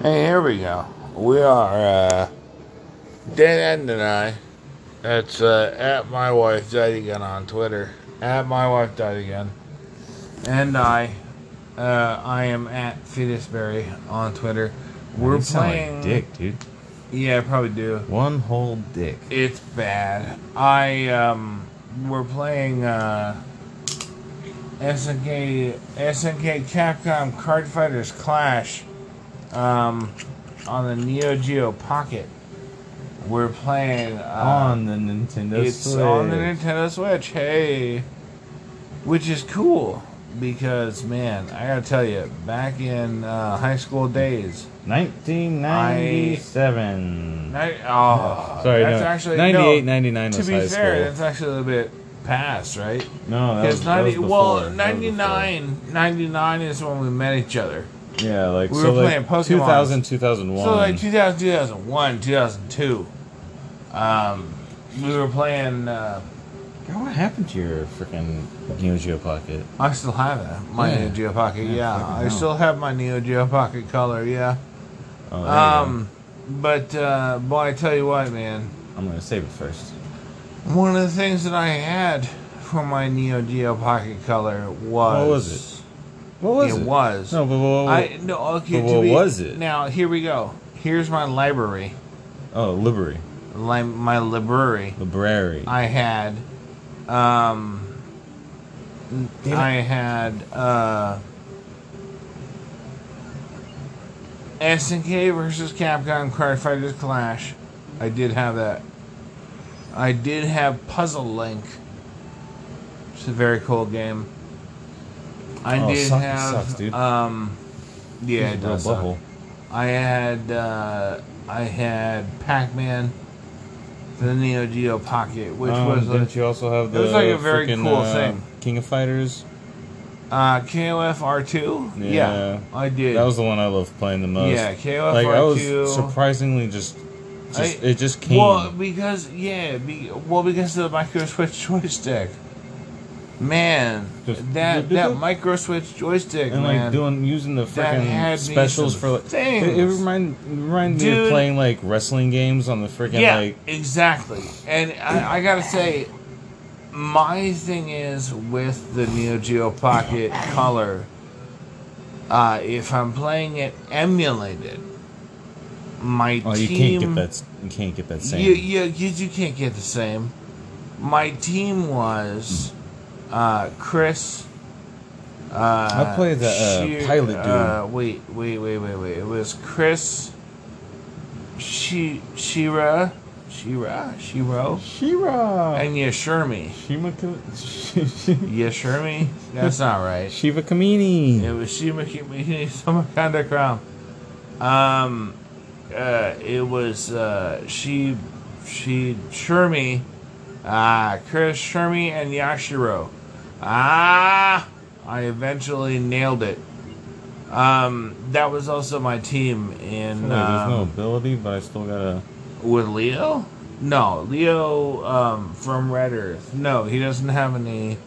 Hey, here we go. We are uh, Dead End and I. That's uh, at my wife died again on Twitter. At my wife died again, and I. Uh, I am at Fetusberry on Twitter. We're you sound playing. like dick, dude. Yeah, I probably do. One whole dick. It's bad. I um, we're playing uh, SNK SNK Capcom Card Fighters Clash um, on the Neo Geo Pocket. We're playing uh, on the Nintendo it's Switch. on the Nintendo Switch. Hey, which is cool because man, I gotta tell you, back in uh, high school days, 1997. I, oh, Sorry, that's no. actually 98, no, 99 To was be high fair, that's school. actually a little bit past, right? No, that was, Because that was 90, before. well, That was before. 99, 99 is when we met each other. Yeah, like We so were playing like Pokemon. 2000, 2001. So like 2000, 2001, 2002, um, we were playing. Uh, God, what happened to your freaking Neo Geo Pocket? I still have it, my Yeah. Neo Geo Pocket. Yeah, Yeah, fucking I hell. still have my Neo Geo Pocket color. Yeah. Oh, there you Um, but uh, boy, I tell you what, man. go. I'm gonna save it first. One of the things that I had for my Neo Geo Pocket color was What was it? What was it it? was. No, but what, I no okay. But to what be- was it? Now here we go. Here's my library, oh, library, li- my library. library. I had, um, Damn it. I had uh, SNK versus Capcom Card Fighters Clash. I did have that. I did have Puzzle Link. It's a very cool game. I Oh, did suck- it have. sucks, dude. Um, yeah, it Real does suck. butthole. I had uh, I had Pac-Man for the Neo Geo Pocket, which Um, was didn't like, you also have the it was like a very freaking, cool uh, thing. King of Fighters? uh, KOF R2. Yeah. I did. That was the one I loved playing the most. Yeah, KOF Like I R2. was surprisingly just, just I- it just came. well because yeah, be, well because of the micro switch joystick. Man, Just- that that micro switch joystick, and man. like doing using the That had me freaking specials some for like it, it things. remind reminded me Dude. of playing like wrestling games on the freaking yeah, like exactly. And I, I gotta say, my thing is with the Neo Geo Pocket Color. Uh, if I'm playing it emulated, my oh you team can't get that s- you can't get that same You, you, you, you can't get the same. My team was uh, Chris. Uh, Hmm. I played the, uh, Shear- pilot dude. Uh, wait, wait, wait, wait, wait. It was Chris. She, Shira, Shira, Shiro, Shira and Yashirmi. Shima Yashirmi. That's not right. Shiva Kamini It was Shima Kimi Samakanda Crown. Um, uh, it was uh, she, she Shermie, uh, Chris Shermie and Yashiro. Ah, I eventually nailed it. Um, that was also my team in Wait, there's um, no ability but I still gotta with Leo. No, Leo um, from Red Earth. No, he doesn't have any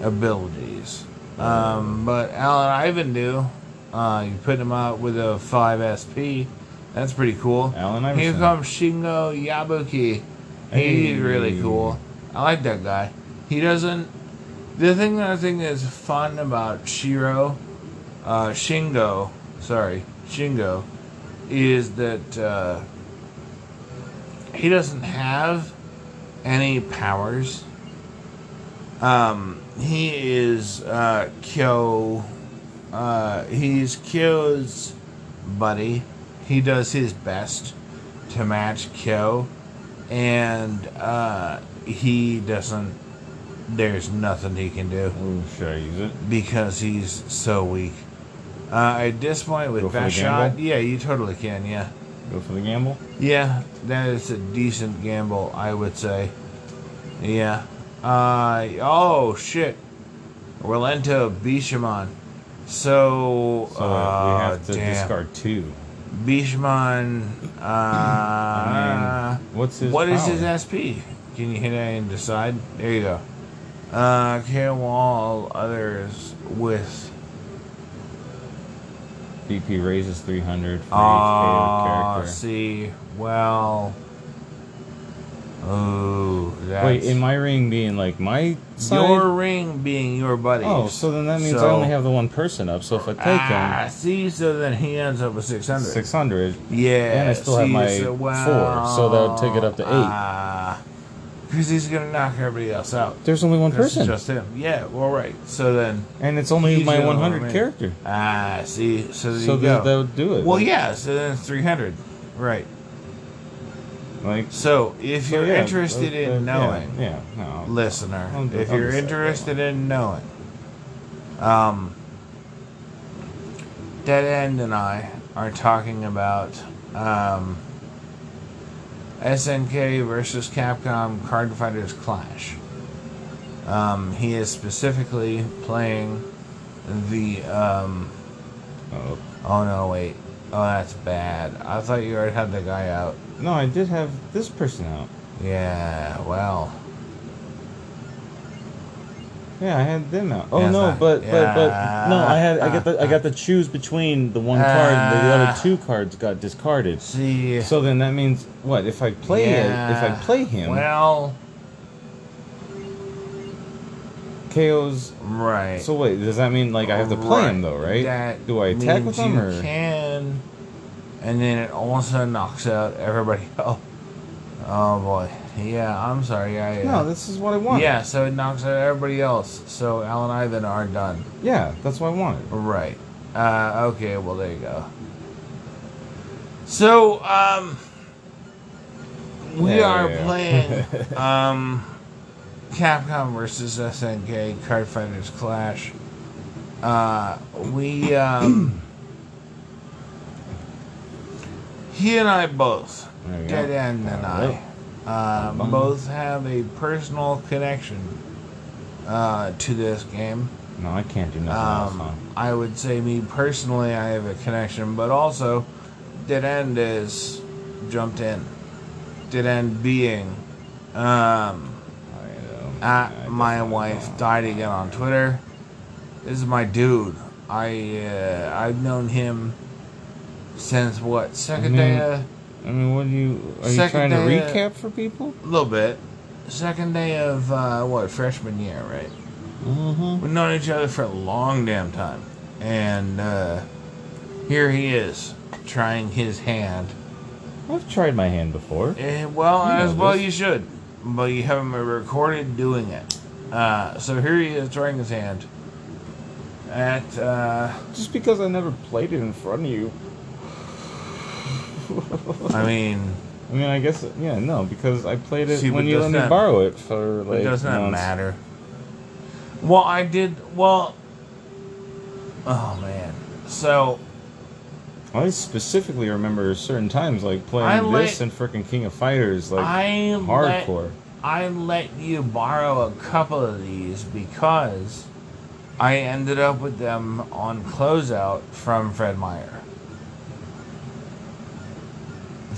abilities. Um, but Alan Ivan do. Uh, you put him out with a 5 SP. That's pretty cool. Alan Here Iverson. comes Shingo Yabuki. He's Hey. really cool. I like that guy. He doesn't. The thing that I think is fun about Shiro, uh, Shingo, sorry, Shingo, is that uh, he doesn't have any powers. Um, he is uh, Kyo. Uh, he's Kyo's buddy. He does his best to match Kyo, and uh, he doesn't. There's nothing he can do oh should I use it because he's so weak. Uh, at this point, with Go for that the shot, gamble? yeah, you totally can. Yeah, go for the gamble yeah, that is a decent gamble, I would say. Yeah. Uh oh shit. Relento Bishamon. So, so uh, we have to damn. discard two Bishamon. Uh, I mean, what's his Ah, what is power? his SP? Can you hit A and decide? There you go. Uh, can wall others with BP raises 300 for Ah, each creative character. see, well, oh, that's Wait, in my ring being like my side? your ring being your buddy. oh, so then that means I So- only have the one person up. So if I take ah, see, so then he ends up with six him hundred. 600, Yeah, And I still have see, my so, four, so that would take it up to eight. Ah, because he's gonna knock everybody else out. there's only one 'Cause it's person, just him. Yeah. Well, right. So then, and it's only he's the my only 100 remaining. character. ah, see, so there So you go. that, that would do it. well, yeah. So then three hundred. Right. like so So if you're yeah, interested that- in that- yeah, knowing, yeah, no. listener, I'll- if I'll you're decide that interested in knowing, um, Dead End and I are talking about um, SNK versus Capcom Card Fighters Clash. Um, he is specifically playing the. Um, Oh. oh no, wait. Oh, that's bad. I thought you already had the guy out. No, I did have this person out. Yeah, well. Yeah, I had them out. Oh Yeah, it's no, not- but but Yeah. but no, I had I got the I got to choose between the one card and the Ah. other two cards got discarded. See. So then that means what if I play it? If I play him, Well, KO's. right. So wait, does that mean like I have to play him though, right? That Do I attack means with him you or? Can, and then it also knocks out everybody. Oh, oh boy. Yeah, I'm sorry. I, uh, No, this is what I wanted. yeah. So it knocks out everybody else. So Al and I then are done. yeah, that's what I wanted. Right. Uh, okay. Well, there you go. So um, we Yeah, are yeah. playing um, Capcom versus SNK Card Fighters Clash. Uh, we um, he and I both, There you go. Dead End and Alright. I, uh, Bung. both have a personal connection uh, to this game. No, I can't do nothing else. Um, I would say me personally, I have a connection, but also, Dead End is jumped in. Dead End being, um, Huh? at I, I my definitely wife don't. died again on Twitter. This is my dude. I uh, I've known him since what second day Mm-hmm. of, I mean, what do you are you Second trying to day, uh, recap for people? a little bit, second day of uh, what freshman year, right? Mm-hmm. We've known each other for a long damn time. And uh, here he is, trying his hand. I've tried my hand before. And, well, You know as well this. you should. But you haven't been recorded doing it. Uh, so here he is, trying his hand. At, uh, Just because I never played it in front of you. I mean, I mean, I guess yeah, no, because I played it See, but when you does let me that- borrow it for like. it does not months. matter. Well, I did, well, oh man. So, I specifically remember certain times like playing I let- this and freaking King of Fighters like I let- hardcore. I let you borrow a couple of these because I ended up with them on closeout from Fred Meyer.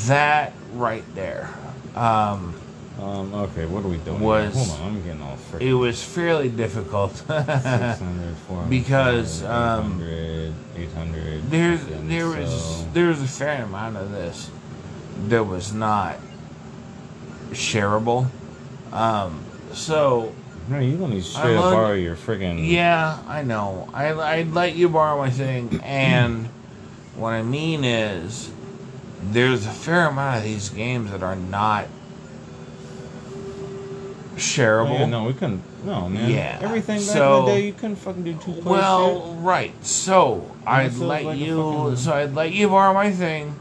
That right there. Um, Um, okay, what are we doing? Was- Hold on, I'm getting all it freaking. was fairly difficult. 600, 400, Because, um, 800, 800, There's freaking, there was so- there was a fair amount of this that was not shareable. Um, so No, you don't need to I straight up love- borrow your freaking. Yeah, I know. I I let you borrow my thing, and what I mean is, there's a fair amount of these games that are not Oh, shareable. yeah, no, we couldn't. No, man. Yeah, Everything back so- in the day, you couldn't fucking do two players. well, right. So I'd sounds let like a you. fucking- So I'd let you borrow my thing,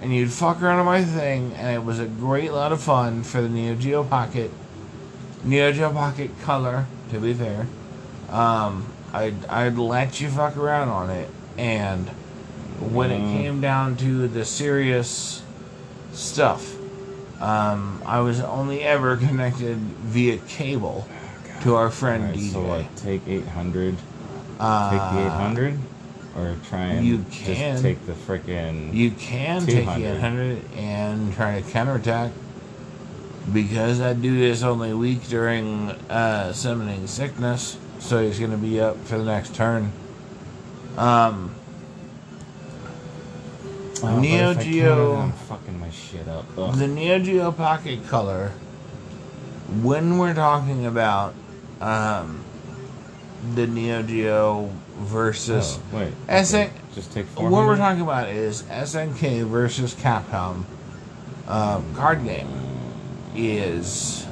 and you'd fuck around on my thing, and it was a great lot of fun for the Neo Geo Pocket. Neo Geo Pocket Color, to be fair. Um, I'd, I'd let you fuck around on it, and when it Mm. came down to the serious stuff, um, I was only ever connected via cable Oh, to our friend Alright, DJ. so like take 800, take Uh, the 800, or try and you can. just take the freaking. You can take the 200. 800 and try to counterattack because I do this only week during uh, summoning sickness, so he's going to be up for the next turn. Um, Oh, but Neo if I can, Geo- I'm fucking my shit up. Ugh. the Neo Geo Pocket Color, when we're talking about um, the Neo Geo versus Oh, wait. SN okay. Just take four. what we're hundred? talking about is SNK versus Capcom um, card game is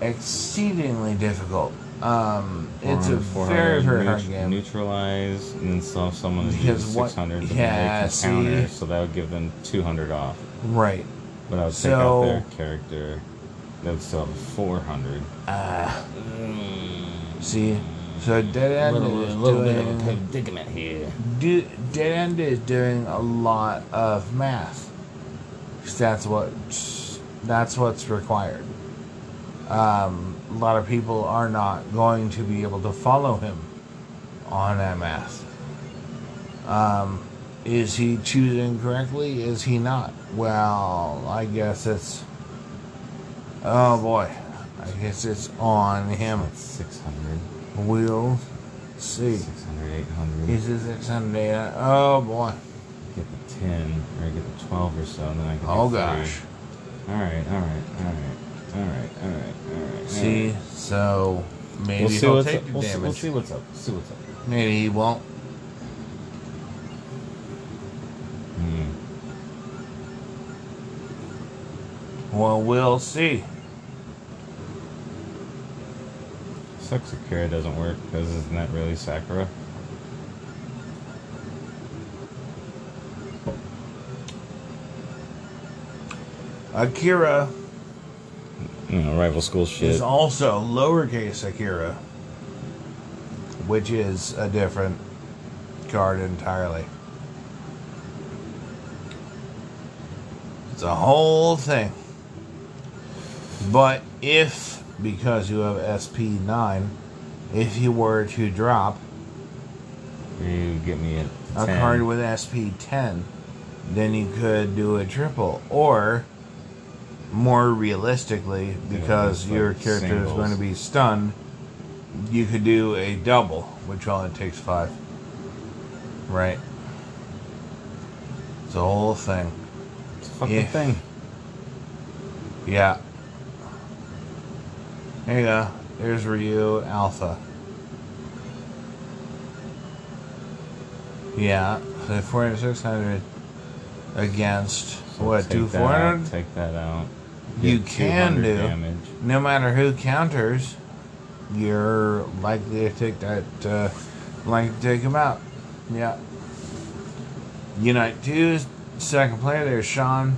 exceedingly difficult. Um, it's a 400, very 400, very hard neut- game. Neutralize and then sell someone to Because use what- 600 to yeah, make a see? counter, so that would give them 200 off. Right. But I would take So- out their character. That would still have 400. Uh, see, so Dead End is doing. predicament here. do, Dead End is doing a lot of math. 'Cause That's what that's what's required. Um, a lot of people are not going to be able to follow him on that math. Um, is he choosing correctly? Is he not? Well, I guess it's. Oh boy, I guess it's on him. That's 600. We'll see. 600, 800. Is this at Sunday? Oh boy. Get the 10, or get the 12 or so, and then I can Oh do three. gosh. Alright, alright, alright. Alright, alright, alright. See, so maybe We'll see, he'll what's take up. the We'll, see, damage. we'll see what's up. See what's up. Maybe he won't. Hmm. Well, we'll see. Sucks Akira doesn't work because isn't that really Sakura? Akira You know, rival school is shit. also lowercase Akira, which is a different card entirely. It's a whole thing. But if, because you have SP9, if you were to drop you get me at a 10. card with SP 10, then you could do a triple. Or, more realistically, because it's like your character is singles. going to be stunned, you could do a double, which only takes five. Right? It's a whole thing. It's a fucking Yeah. thing. Yeah. There you go. There's Ryu Alpha. Yeah, so 4600 against So what, take two that four out, hundred? Take that out. You Get can 200 do. damage. No matter who counters, you're likely to take that, uh, likely to take him out. Yeah. Unite 2's second player, there's Sean,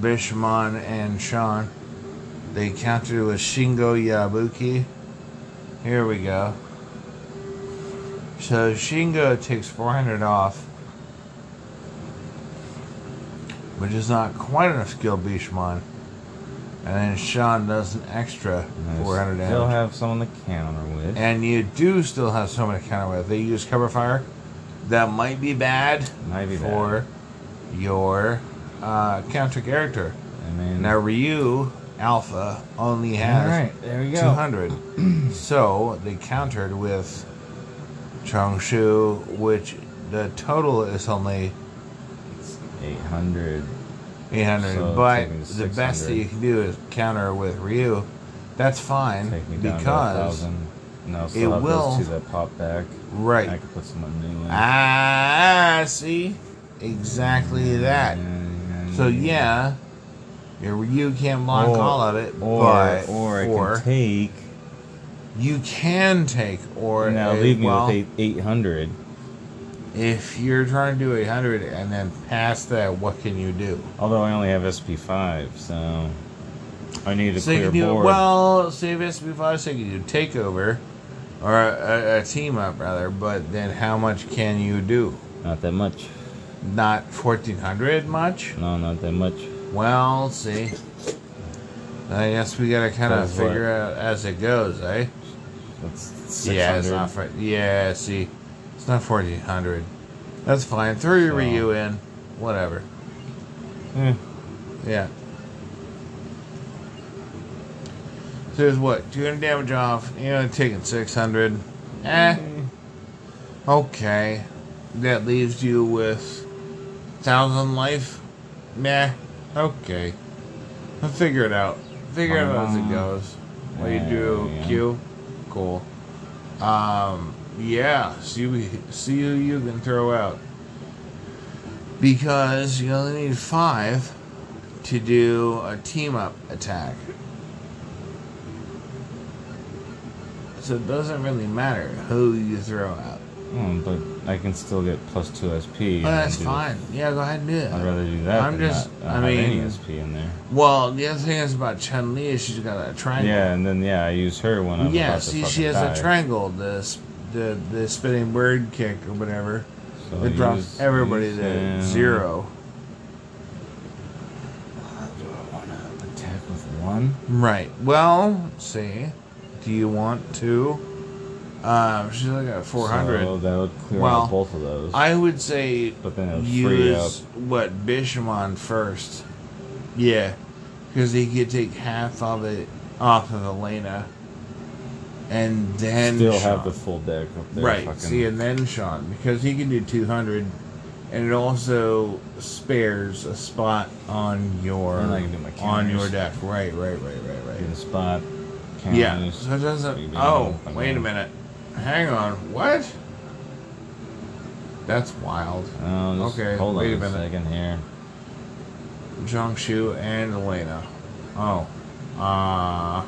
Bishman, and Sean. They counter with Shingo Yabuki. Here we go. So Shingo takes 400 off, which is not quite enough skill Bishman. And then Sean does an extra Nice. 400 damage. They'll have someone to counter with. and you do still have someone to counter with. They use cover fire. That might be bad Might be for your uh, counter character. I mean, Now Ryu Alpha only Mm. all has right, there we go. 200. so they countered with Chongshu, which the total is only 800. 800. So it's but taking the best that 600. you can do is counter with Ryu. That's fine Take me down to because 1,000. No, so it I'll will- Those two that pop back. right. I can put someone new in. Ah, see? Exactly that. So, yeah, your Ryu can block Or- all of it, Or, but or I or can take. you can take or Now a- leave me well, with eight, 800. If you're trying to do 800 and then pass that, what can you do? Although I only have SP5, so I need a So you clear can do board. well, save SB5, so you can do takeover or a, a, a team up rather. But then, how much can you do? Not that much. Not 1400 much. No, not that much. Well, see. I guess we gotta kind of That's what- figure out as it goes, eh? That's 600. Yeah, it's not for, yeah. See, it's not fourteen hundred. That's fine. Throw your So- Ryu in, whatever. Eh, Yeah. So there's what two hundred damage off. You know, taking six hundred. Eh. Okay. That leaves you with thousand life? Nah. Okay. I'll figure it out. Figure it out as it goes. What you do, Yeah. Q? Cool. Um, yeah, see, we, see who you can throw out. Because you only need five to do a team up attack. So it doesn't really matter who you throw out. Hmm, but I can still get plus two SP. Oh, that's and do- fine. Yeah, go ahead and do that. I'd rather do that. I'm than just- not, not I have any mean- SP in there. Well, the other thing is about Chun Li is she's got a triangle. Yeah, and then yeah, I use her when I'm yeah. about to See, fucking she has die. a triangle. The s- the the spinning bird kick or whatever. So it drops use- everybody use, to um, zero. Do I want to attack with one? Right. Well, see, do you want to? Um, she's like at four hundred. So that would clear Well, out both of those. I would say But then it would free use what Bishamon first. Yeah, because he could take half of it off of Elena, and then Still Sean. have the full deck up there. right. Fucking, See, and then Sean because he can do two hundred, and it also spares a spot on your And I can do my on your counters. deck. Right, right, right, right, right. do the spot. Yeah. counters. So it you doesn't. can Oh, do it. wait a minute. Hang on. What? That's wild. Oh, just Okay, Hold on wait a a, minute. second here. Jiangshu and Elena. Oh. Uh.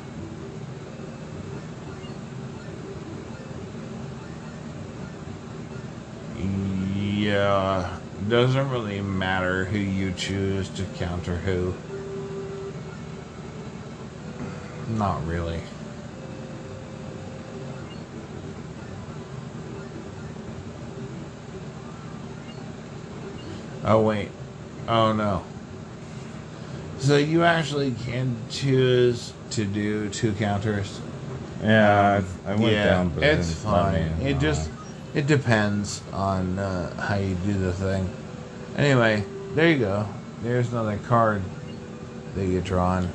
Yeah. Doesn't really matter who you choose to counter who. Not really. Oh, wait. Oh, no. So you actually can choose to do two counters. Yeah, I, I went yeah, down, but it's didn't let me, fine. It uh, just it depends on uh, how you do the thing. Anyway, there you go. There's another card that you drawn,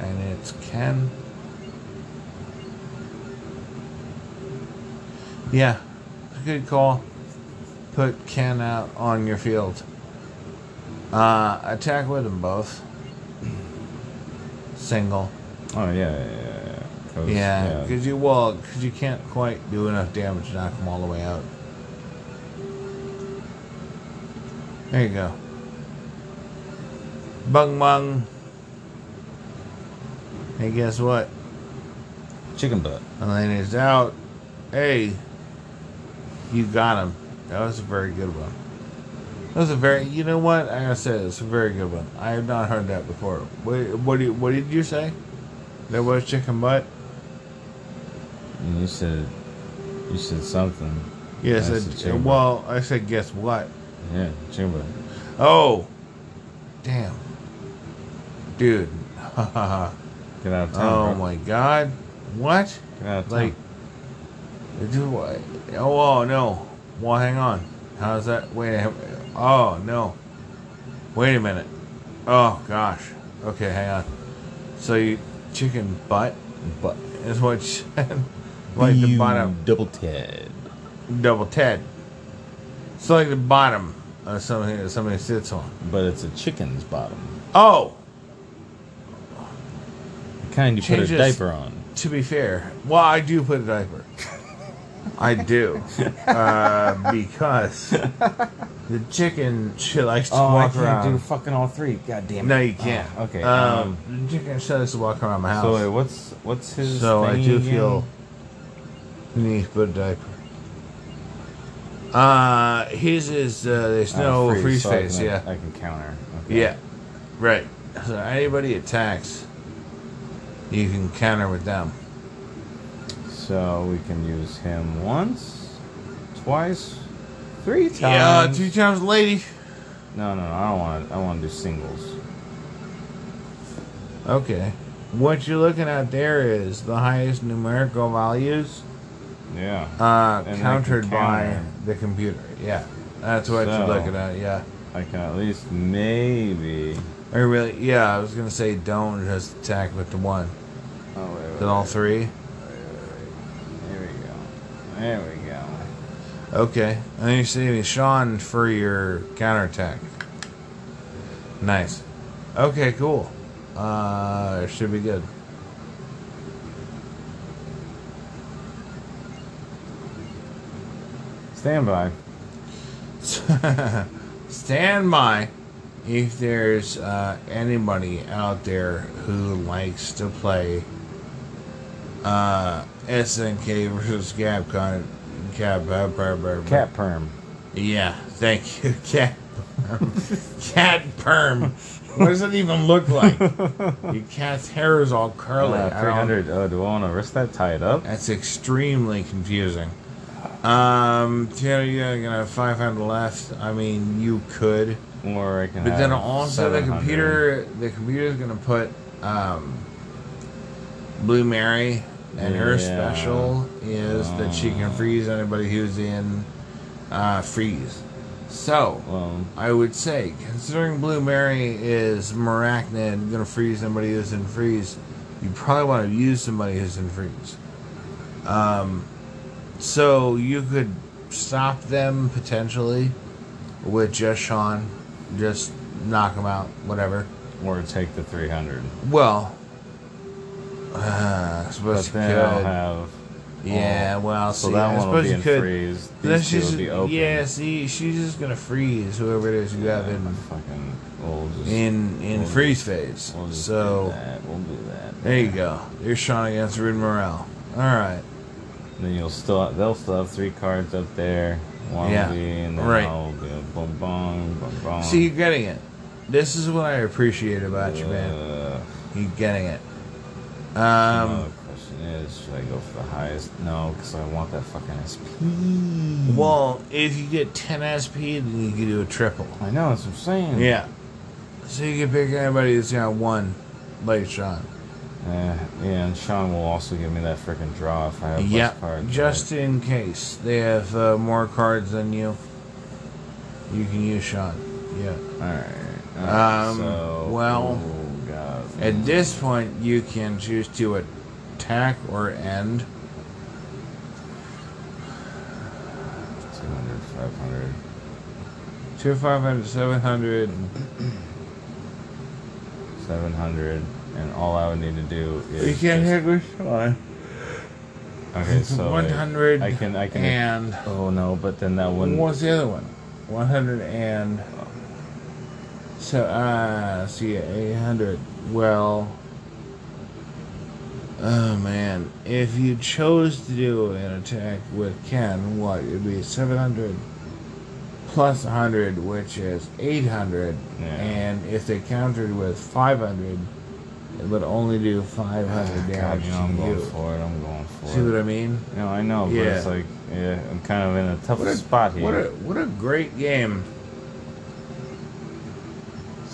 and it's Ken. Yeah, good call. Put Ken out on your field. Uh, attack with them both. Single. Oh yeah, yeah, yeah. yeah. 'Cause, Yeah, because you well, 'cause you can't quite do enough damage to knock them all the way out. There you go. Bung bung. Hey, guess what? Chicken butt. Elena's out. Hey, you got him. That was a very good one. That was a very. You know what? I gotta say, it's a very good one. I have not heard that before. What? What? Do you, what did you say? There was chicken butt. And you said, you said something. Yes, I I said d- chicken well, I said, guess what? Yeah, chicken butt. Oh, damn, dude! Get out of town. oh bro. my god, what? Get out of town. Like, do what? Oh, oh no! Well, hang on. How's that? Wait. a- Oh no! Wait a minute. Oh gosh. Okay, hang on. So you chicken butt But is what you said. like the bottom. double ted. double ted. It's like the bottom of something that somebody sits on. But it's a chicken's bottom. Oh, The kind you Change put a this. diaper on. to be fair, well, I do put a diaper. I do uh, because the chicken she likes to Oh, walk around. fucking all three. God damn no, you can't. Oh, okay. um, um, the chicken she likes to walk around my so wait, house. what's what's So, his? I thingy do again? feel the need to put a diaper. Uh, his is uh, there's Uh, no freeze, free so I space. can- yeah. I can counter. Okay. Yeah, right. So anybody attacks, you can counter with them. So we can use him once, twice, three times. Yeah, two times, lady. No, no, no. I don't want. to. I want to do singles. Okay. What you're looking at there is the highest numerical values Yeah. uh, And they can countered by counter. the computer. Yeah, that's what So- you're looking at. Yeah. I can at least maybe. Or really, yeah. I was gonna say don't just attack with the one, Oh wait. wait, then all wait. three. There we go. There we go. Okay. And then you save me Sean for your counterattack. Nice. Okay, cool. Uh, it should be good. Stand by. Stand by if there's uh, anybody out there who likes to play uh, SNK versus Capcom. Cap, uh, bur- bur- bur- Cat perm. Yeah, thank you. Cat perm. cat perm. What does it even look like? Your cat's hair is all curly. Uh, I don't- 300. Uh, do I want to risk that? Tie it up? That's extremely confusing. Um, you know, you're gonna have 500 left. I mean, you could. Or I can But then have also the 700. computer, the computer's gonna put um, Blue Mary, and her Yeah. Oh. special is that she can freeze anybody who's in uh, freeze. So Well, I would say, considering Blue Mary is Marachnid, gonna freeze somebody who's in freeze, you probably want to use somebody who's in freeze. Um, so you could stop them potentially with just Sean, just knock them out, whatever. or take the 300. Well, uh, I But suppose you then I'll could. have. yeah, well, Oh. So see, I that one will suppose be you in could. freeze. Then These two she's- will be open. Yeah, see, she's just gonna freeze whoever it is you have in Fucking. We'll just. in in We'll freeze phase. we'll just do So that. We'll do that. there you go. You're Sean against Rude Morel. All right. Then you'll still they'll still have three cards up there. One Yeah, will be and then right. I'll be a boom boom boom boom. See, you're getting it. This is what I appreciate about you, man. Uh, You're getting it. now Um. the question is, should I go for the highest? No, because I want that fucking SP. Well, if you get 10 SP, then you can do a triple. I know that's what I'm saying. Yeah. So you can pick anybody that's got one late shot. Uh, yeah, and Sean will also give me that freaking draw if I have Yeah. less cards. Just in case they have uh, more cards than you, you can use Sean. Yeah. All right. All right, Um, so, well, oh, God. At this point, you can choose to attack or end. 200, 500. Two five hundred, seven hundred. 700 and all I would need to do is You can't hit just- with Sean. Okay, so One wait. hundred. I can I can and Oh no, but then that what wouldn't was the other one? One hundred and so uh see eight hundred. Well, oh man, if you chose to do an attack with Ken, what it'd be seven hundred plus hundred, which is eight hundred, Yeah. and if they countered with five hundred, it would only do five hundred Ah, God, damage you know, I'm to going you. for it. I'm going for See it. what I mean? No, I know, but Yeah. it's like, yeah, I'm kind of in a tough What a- spot here. What a what a great game.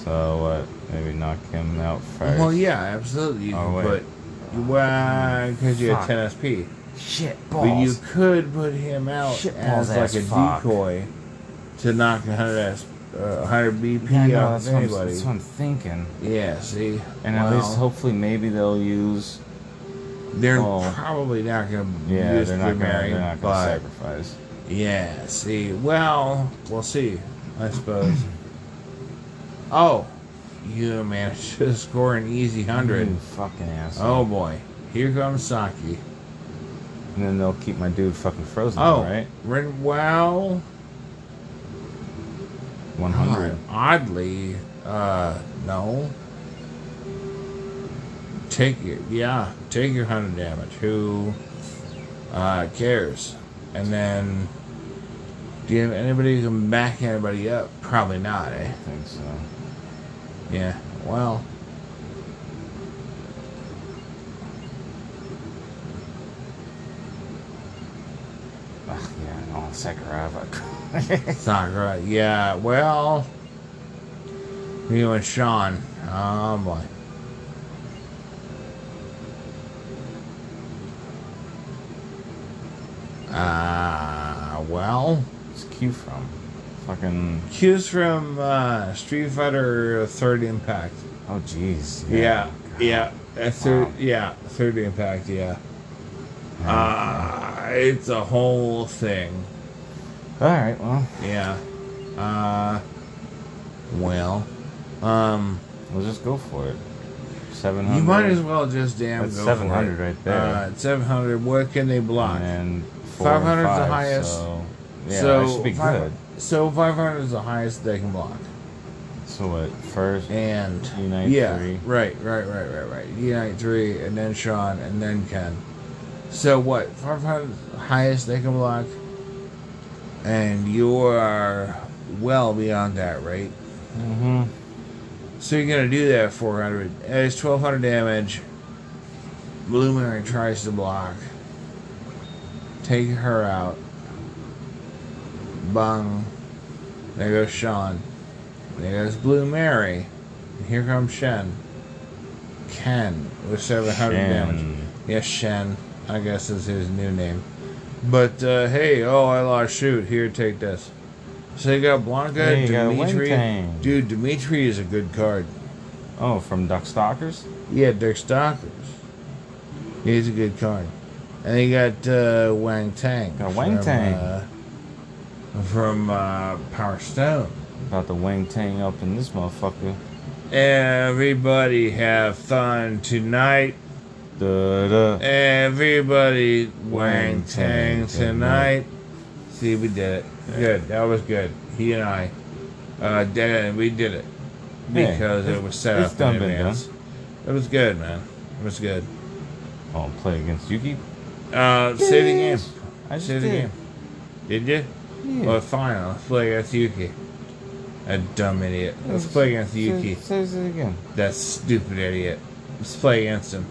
so what? maybe knock him out first. Well, yeah, absolutely. You Oh, can wait. put well because you have Fuck. 10 SP, Shit but you could put him out Shit as balls like ass a fuck. decoy to knock 100 S, uh, 100 BP yeah, I know, off that's, what I'm, anybody. that's what I'm thinking. yeah, see, And at Well, least hopefully maybe they'll use. they're oh. probably not going to Yeah, use they're Blue not gonna. Mary, They're not gonna but sacrifice. yeah, see, well, we'll see, I suppose. oh, you managed to score an easy hundred. You fucking asshole. Oh boy, here comes Saki. And then they'll keep my dude fucking frozen. Oh, right. Ren- well, 100. oddly, uh, no. Take your yeah, take your hundred damage. Who uh, cares? And then, do you have anybody who can back anybody up? Probably not. Eh? I think so. Yeah. Well, Ugh, yeah, I know, Sakuraba. it's not right. Yeah. Well, you and Sean. Oh boy. Ah, well. Where's Q from? Fucking. Cues from uh, Street Fighter Third Impact. Oh, jeez. Yeah, yeah, that's third, Wow. yeah, Third Impact. Yeah, Oh, uh, it's a whole thing. All right. Well, Yeah. Uh, well, Um, Well, just go for it. Seven hundred. you might as well just damn That's go for 700 it. right there. Uh, 700. What can they block? And four 500 and is the five, highest. So, yeah, so I should be five- good. So 500 is the highest they can block. So what? First, And Unite yeah, three. right, right, right, right, right. Unite three, and then Sean, and then Ken. So what? Five hundred highest they can block, and you are well beyond that rate. hmm So you're gonna do that four hundred. It's twelve hundred damage. Blue Mary tries to block. Take her out. Bung. There goes Sean. There goes Blue Mary. And here comes Shen. Ken with seven hundred damage. Shen. Yes, Shen. I guess is his new name. But uh, hey, oh, I lost shoot. Here, take this. So you got Blanca, Hey, you got a wing Dimitri. thing. Dude, Dimitri is a good card. Oh, from Duck Stalkers. Yeah, Dirk Stockers. He's a good card. And you got uh, Wang Tang. Got Wang from, Tang. uh, from uh, Power Stone. About the wing tang up in this motherfucker. Everybody have fun tonight. Da da. Everybody Wang Wang Tang Tang tonight. See, we did it. Good. That was good. He and I. Uh, did it. We did it. Yeah, Because it it's- was set it's up done in been done. advance. It was good, man. It was good. Oh, play against Yuki. Uh, say the game. Yes. I just Say Oh, the did. game. Did you? Yeah. Well, fine. Let's play against Yuki. That dumb idiot. Let's play against Yuki. Say, say it again. That stupid idiot. Let's play against him.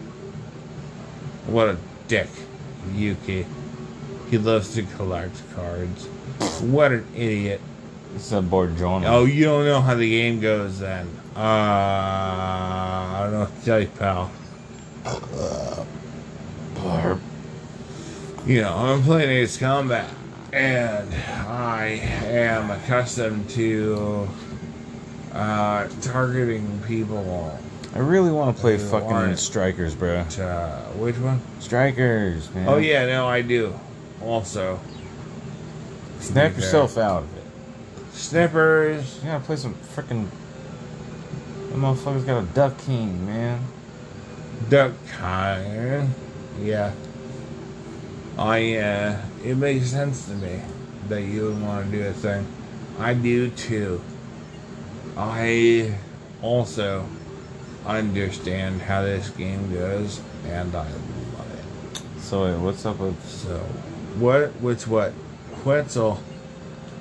What a dick. Yuki. He loves to collect cards. What an idiot. It's a board drawing. Oh, you don't know how the game goes then. Uh, I don't know what to tell you, pal. Barb. You know, I'm playing Ace Combat, and I am accustomed to uh, targeting people. I really want to play Doesn't fucking warrant it. Strikers, bro. To, uh, which one? Strikers, man. Oh, yeah, no, I do. Also, Snap Be there. yourself out of it. Snippers. You gotta play some freaking. That motherfucker's got a duck king, man. Duck kind. Yeah. I, uh, it makes sense to me that you would want to do a thing. I do too. I also understand how this game goes and I love it. So wait, what's up with? So, what, what's what? Quetzal.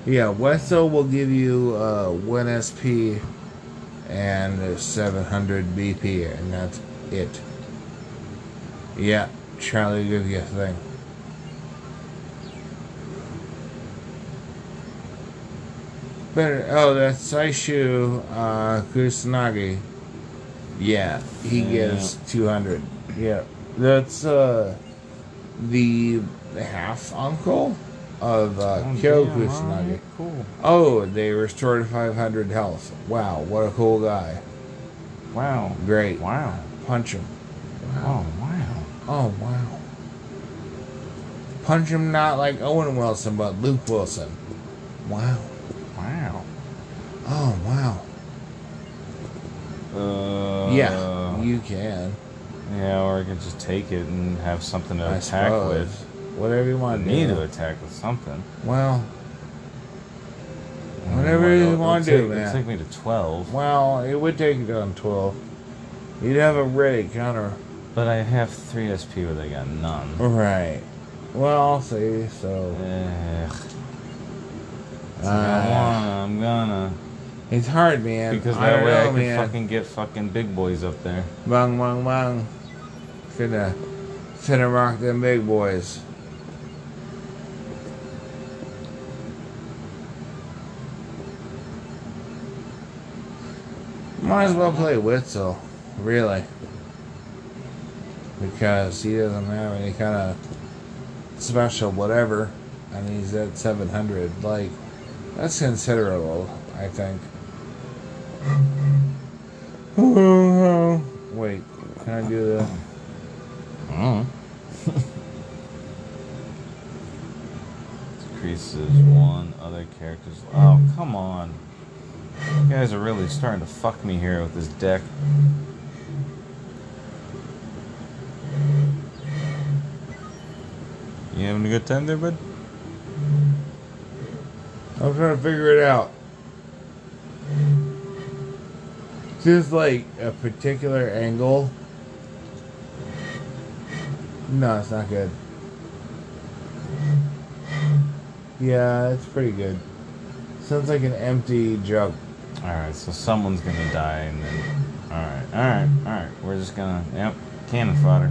Yeah, Wetzel will give you uh, 1 SP and 700 BP, and that's it. Yeah, Charlie give you a thing. Better. Oh, that's Saishu uh, Kusanagi. Yeah, he gives 200. Yeah, that's uh, the half uncle of uh, Oh, Kyo damn, Kusanagi. alright, Cool. Oh, they restored 500 health. Wow, what a cool guy. Wow. Great. Wow. Punch him. Oh wow. Oh, wow. Punch him not like Owen Wilson, but Luke Wilson. Wow. Wow. Oh, wow. Uh, yeah, you can. yeah, or I could just take it and have something to I attack suppose. with. Whatever you I want to need do. to attack with something. Well, I mean, Whatever like, you it'll- wanna it'll do, Mm, take- man. It'll take me to twelve, well, it would take it on 12. You'd have a ready counter. but I have three SP where they got none. Right. Well, I'll see, so. Ugh. I Uh, wanna, I'm gonna. it's hard, man. Because I that don't way I know, can man. fucking get fucking big boys up there. Bang, bang, bang. Finna, finna rock them big boys. Might as well play Witzel, really. Because he doesn't have any kind of special whatever, and he's at 700. Like, that's considerable, I think. Wait, can I do the. Mm. Increases one other character's. Oh, come on. guys are really starting to fuck me here with this deck. You having a good time there, bud? I'm trying to figure it out. Just like a particular angle. No, it's not good. Yeah, it's pretty good. Sounds like an empty jug. Alright, so someone's gonna die and then. Alright, alright, alright. We're just gonna. Yep, cannon fodder.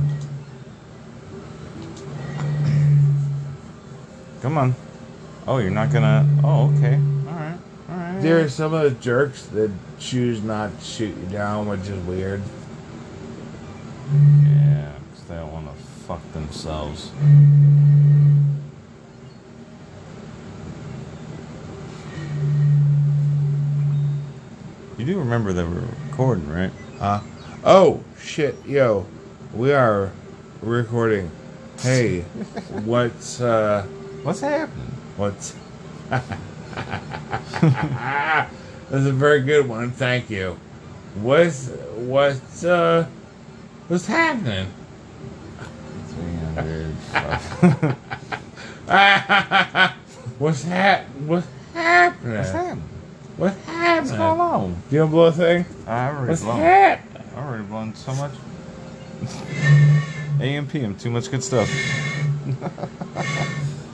Come on. Oh, you're not gonna. Oh, okay. Alright, alright. There are some of the jerks that choose not to shoot you down, which is weird. Yeah, 'cause they don't wanna fuck themselves. You do remember that we're recording, right? Huh? Oh, shit, yo. We are recording. Hey, what's, uh, What's happening? what's. That's a very good one, thank you. What's, what's, uh, what's happening? 300. what's hap, what's happening? What's happening? What's What's happening? going on? You don't blow a thing? I already What's blown. happening? I already blown so much. AM PM, too much good stuff.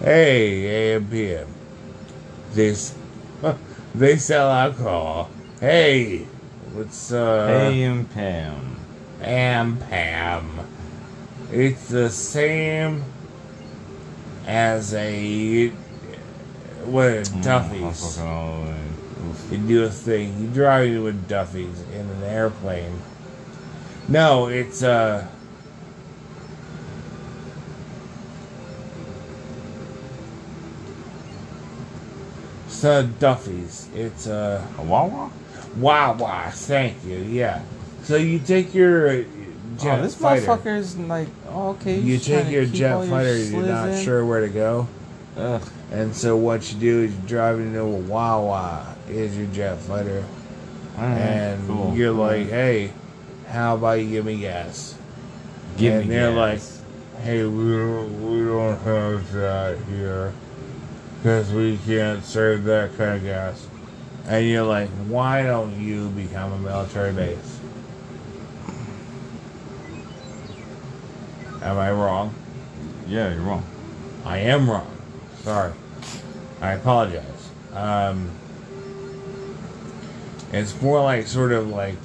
Hey, AM, PM. They, s- they sell alcohol. Hey, what's, uh, AM PM. am, pam. It's the same as a, what, a Mm, Duffy's. You do a thing. You drive into a Duffy's in an airplane. No, it's uh. It's not a Duffy's. It's uh. A Wawa? Wawa. Thank you. Yeah. So you take your. uh, Jet oh, this fighter. motherfucker's like, oh, okay. You he's trying take to your keep jet all your fighter. You're slizz not in. sure where to go. Ugh. And so what you do is you drive into a Wawa. Is your jet fighter. Alright, and cool. you're like, hey, how about you give me gas? Give and me they're gas. Hey, we don't, we don't have that here because we can't serve that kind of gas. And you're like, why don't you become a military base? Am I wrong? yeah, you're wrong. I am wrong. Sorry. I apologize. Um, it's more like sort of like,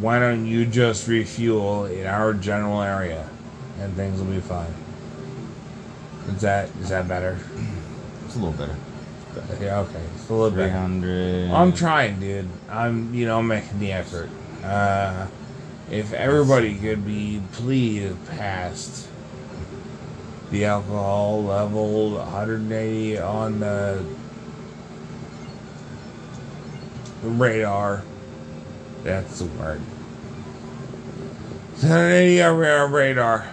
why don't you just refuel in our general area, and things will be fine. Is that is that better? It's a little better. Yeah, okay, it's a little better. 300. I'm trying, dude. I'm, you know, I'm making the effort. Uh, if everybody could be please past the alcohol level 180 on the radar, that's the word. 180 on our radar.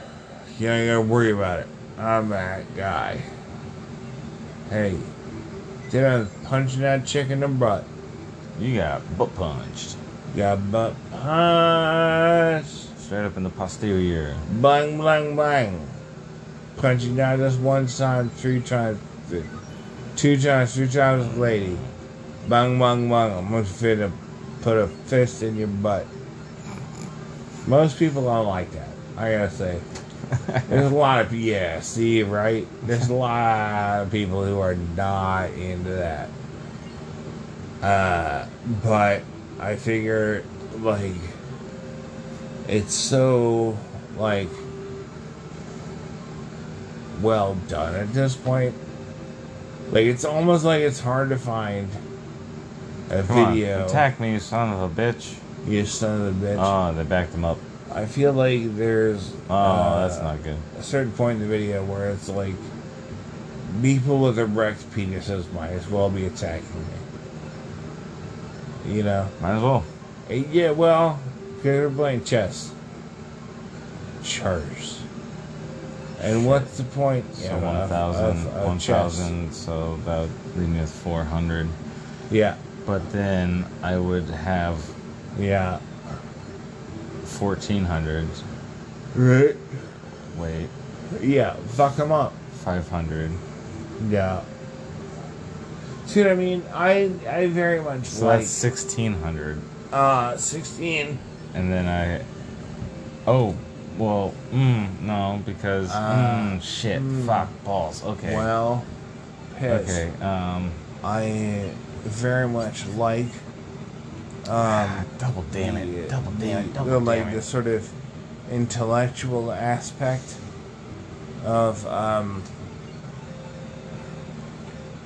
You ain't gotta worry about it. I'm that guy. Hey, then I was punching that chick in the butt. You got butt punched. Got butt punched. Straight up in the posterior. Bang, bang, bang. Punching down just one time, three times, th- two times, three times, lady. Bang, bang, bang. I'm gonna fit a, put a fist in your butt. Most people don't like that. I gotta say. There's a lot of yeah, see right. There's a lot of people who are not into that. Uh, but I figure like it's so like well done at this point. Like it's almost like it's hard to find a Come on, video. attack me, you son of a bitch. You son of a bitch. Oh, they backed him up. I feel like there's uh, Oh, that's not good. a certain point in the video where it's like people with erect penises might as well be attacking me. You know? Might as well. Eh, Yeah, well, 'cause they're playing chess. Chars. And what's the point? So you know, one of- thousand, of- of one chess? thousand. so about three minutes, 400. Yeah. But then I would have Yeah. 1400. Right? Wait, Yeah, fuck them up. 500. Yeah. See what I mean? I I very much So like that's 1600. uh sixteen. And then I. Oh, well, mm, no, because. Ah. mm, shit, Mm. fuck, balls. Okay. Well, pissed. okay, um. I very much like um Double damn it. the- Double damn the- it. Double like damn the it. sort of intellectual aspect of um,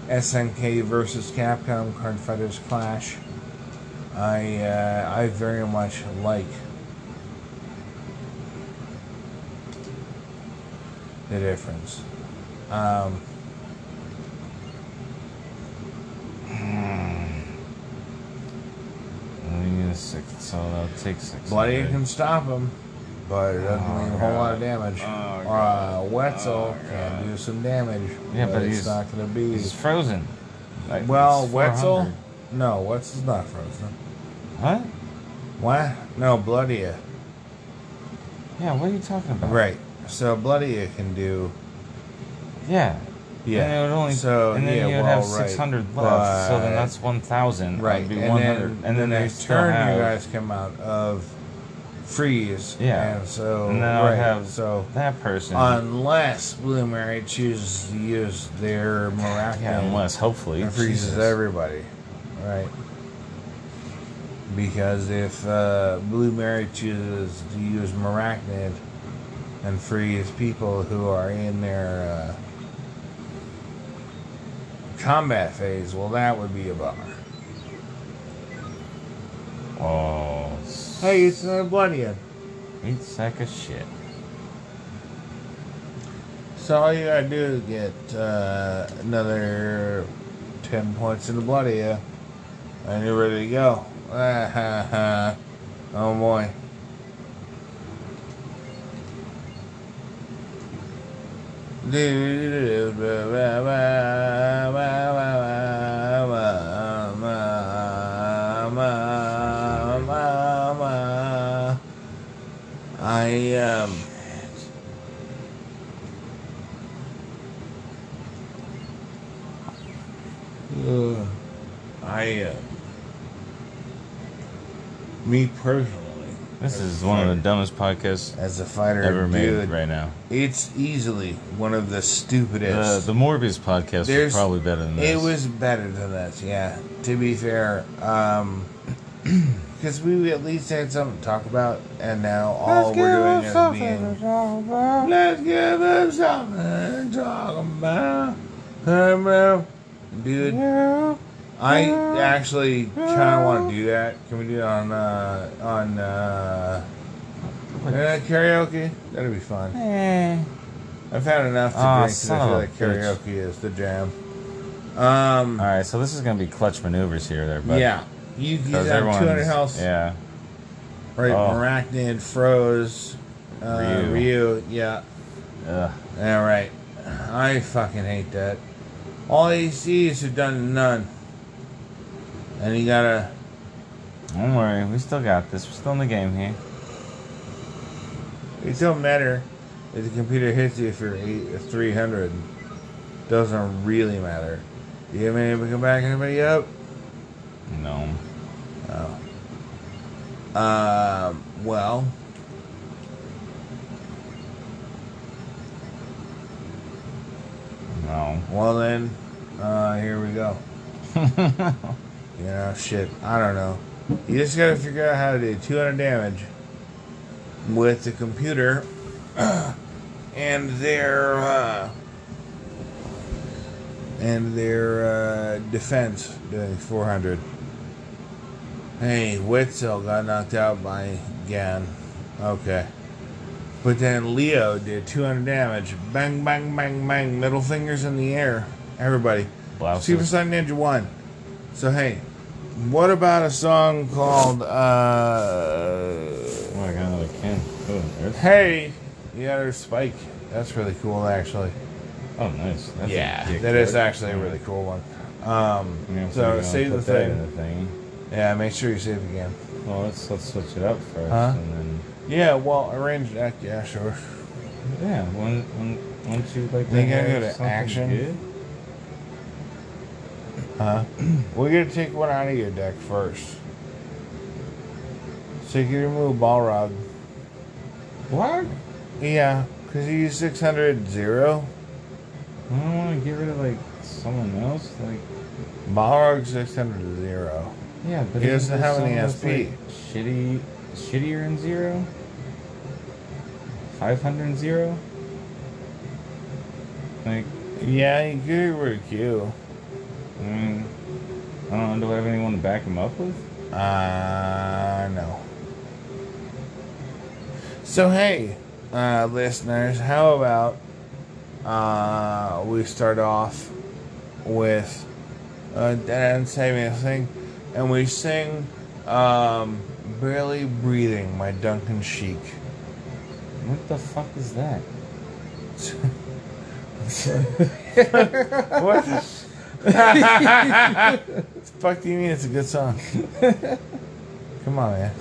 SNK versus Capcom Card Fighters Clash. I uh, I very much like the difference. Um, Let me get a six. So that'll take six. Bloody can stop him, but it doesn't Oh, mean a whole lot of God. damage. Oh, uh, Wetzel Oh, can God. do some damage, Yeah, but it's he's- not going to be. He's frozen. Like, Well, it's Wetzel? No, Wetzel's not frozen. 400. What? What? No, Bloodia. Yeah, what are you talking about? Right. So Bloodia can do. Yeah. Yeah. And it would only, so and then yeah, you would well, have right. 600 left, But- so then that's 1,000. That right. would be and 100. then and then the they next still turn, have, you guys come out of freeze. Yeah. And so And then right. I'll have so that person. Uh, unless Blue Mary chooses to use their miraculous, yeah, unless, hopefully. it freezes Jesus. everybody, right? Because if uh, Blue Mary chooses to use Maracnid and freeze people who are in their uh, combat phase, well, that would be a bummer. Oh. s- Hey, it's uh, another bloody end. Eat sack of shit. So all you gotta do is get uh, another ten points in the blood of you, and you're ready to go. oh boy. I um. Uh, I, uh, me personally, This is one of the dumbest podcasts as a fighter, ever made dude, right now. it's easily one of the The, stupidest. Uh, the Morbius podcast There's- was probably better than it this. was better than this, yeah. To be fair, um, because we at least had something to talk about, and now all we're doing is being. Let's give them something to talk about. Hey, man. Dude. I actually kind of want to do that. Can we do it on uh, on uh, uh, karaoke? That'd be fun. I've had enough to Aw, drink 'cause Ah, son of a I feel like bitch. karaoke is the jam. Um, All right, so this is gonna be clutch maneuvers here, there, but yeah, you you got because two hundred everyone's health, yeah, right? Oh. Arachnid, froze, uh, Ryu. Ryu, yeah. Ugh. All right, I fucking hate that. All ACs have done none, and you gotta. don't worry, we still got this. We're still in the game here. It don't matter if the computer hits you if you're eight, 300. Doesn't really matter. You haven't been able to come back anybody up? No, Um, well. no. Well then, uh, here we go. you know, shit. I don't know. You just gotta figure out how to do 200 damage with the computer and their uh, and their uh, defense doing 400. Hey, Witzel got knocked out by Gan. Okay. But then Leo did 200 damage. Bang, bang, bang, bang. Middle fingers in the air. Everybody. Blouses. Super Saiyan Ninja 1. So, hey, what about a song called, Oh, uh. I got another can. Oh, there's- Hey! Yeah, there's Spike. That's really cool, actually. oh nice. That's a dick That is joke. actually a really cool one. Um, You know, so we're gonna save the put that thing. in the thing. Yeah, make sure you save the game. Well, let's let's switch it up first, Huh? and then Yeah, well, arrange act. Yeah, sure. yeah, when when once you like Think I have go to something action? good- Huh? We're gonna take one out of your deck first. So you can remove Balrog. What? Yeah, because you use 600 zero. I don't want to get rid of like someone else. Like Balrog 600 zero. yeah, but He isn't doesn't have there any someone that's, SP. like, shitty, shittier in zero. Five hundred and zero. Like Yeah, you get rid of Q. I mean, I don't know. Do I have anyone to back him up with? Uh, no. So, hey, uh, listeners, how about uh, we start off with uh, a dead end saving thing and we sing um, Barely Breathing by Duncan Sheik. What the fuck is that? What the? the fuck do you mean it's a good song? Come on, man.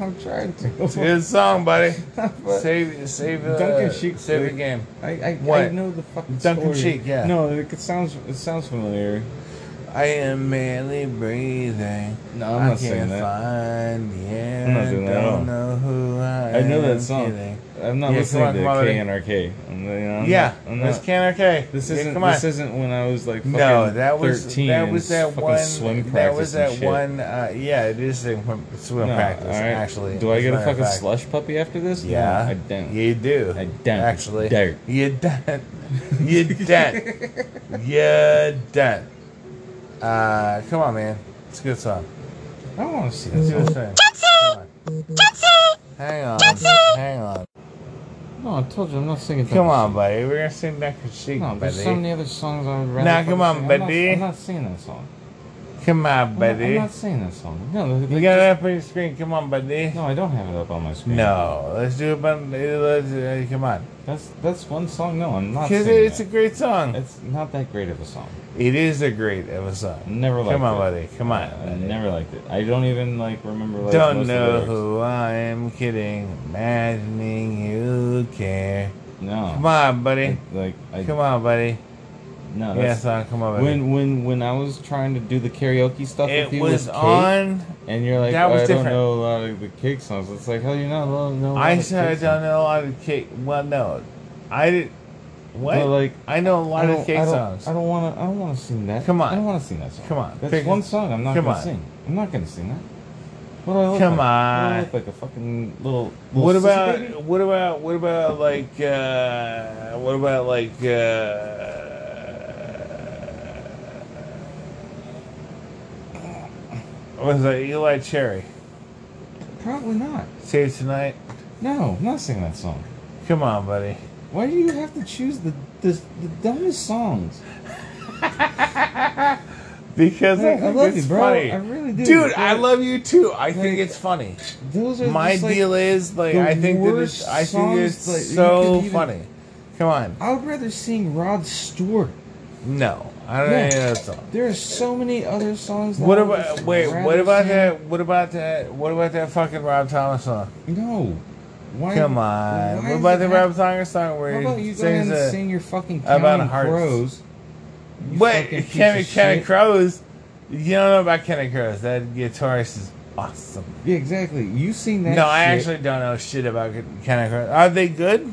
I'm trying It's a to. good song, buddy. But- save, save, uh, Duncan Sheik's save the like- game. I, I, I What? know the fucking Duncan story. Sheik, yeah. No, it, it sounds it sounds familiar. I am merely breathing. No, I'm I'm I not can saying that. find the air. I'm not doing that at all. Don't know who I I know am that song. kidding. I'm not Yeah, come listening on, to come on, buddy. KNRK. I'm, you know, I'm yeah, not, I'm this not- can okay. this yeah, isn't come on. this isn't when I was like fucking no, that was 13 that and was that fucking one. swim practice that was that and shit. one. Uh, yeah, it is a swim- swim No, practice. all right. Actually, do I as get a matter of fucking fact. slush puppy after this? No, Yeah, I don't. You do. I don't. Actually, Dirt. you don't. You don't. you don't. Uh, come on, man. It's a good song. I don't want to see Let's do this. this song. thing. Come on. Hang on. Hang on. No, I told you I'm not singing. Come Duncan on, Sheik. buddy. We're gonna sing that for Sheik, No, there's buddy. so many other songs I would rather. Nah, fucking come on, sing. I'm not- buddy. I'm not singing that song. Come on, I'm not- I'm buddy. not singing that song. No, the- You got it up on your screen. Come on, buddy. no, I don't have it up on my screen. No, let's do it. But let's, uh, come on, That's that's one song. No, I'm not. because singing it's a that. great song. It's not that great of a song. It is a great of a I song. never liked Come on, it. buddy. Come on. I buddy. never liked it. I don't even like remember. Like, most Don't of the know lyrics. who I am kidding. Imagining you care. No. Come on, buddy. Like I Come on, buddy. no. Yeah, That's, song. Come on, buddy. when when when I was trying to do the karaoke stuff it with you was with Kate, on. and you're like, that oh, was I different. don't know a lot of the cake songs. It's like, hell, you know, no, no. a lot I of said I Cake don't songs. know a lot of cake. Well, no, I did. What? But, like, I know a lot I of don't- cake I don't- songs. I don't want to. I don't want to sing that. Come on. I don't want to sing that song. Come on. That's Pick- one song. I'm not come gonna on. sing. I'm not gonna sing that. What do I look Come like? What do I on. look like a fucking little. little What sissy about baby? what about what about like uh, what about like uh, what was that Eli Cherry? Probably not. Save tonight. No, I'm not singing that song. Come on, buddy. Why do you have to choose the the, the dumbest songs? Because I, Like, I think love it's you, bro. funny. I really do. Dude, I Like, love you too. I think like, it's funny. Those are My just, like, deal is like the I think that worst it's I think songs, it's like, you so could even- funny. Come on. I would rather sing Rod Stewart. No. I don't Yeah. know that song. There are so many other songs. That What I about would wait? rather What about sing. that? What about that? What about that fucking Rob Thomas song? No. Why, Come why on! What does about it the have- Rob Thomas song where How about he you go ahead sings and a sing your fucking about Counting hearts. Crows? you fucking wait? piece Kenny of Kenny shit. Crows. You don't know about Kenny Crows? That guitarist is awesome. Yeah, exactly. You sing that. no, I shit. actually don't know shit about Kenny Crows. Are they good? All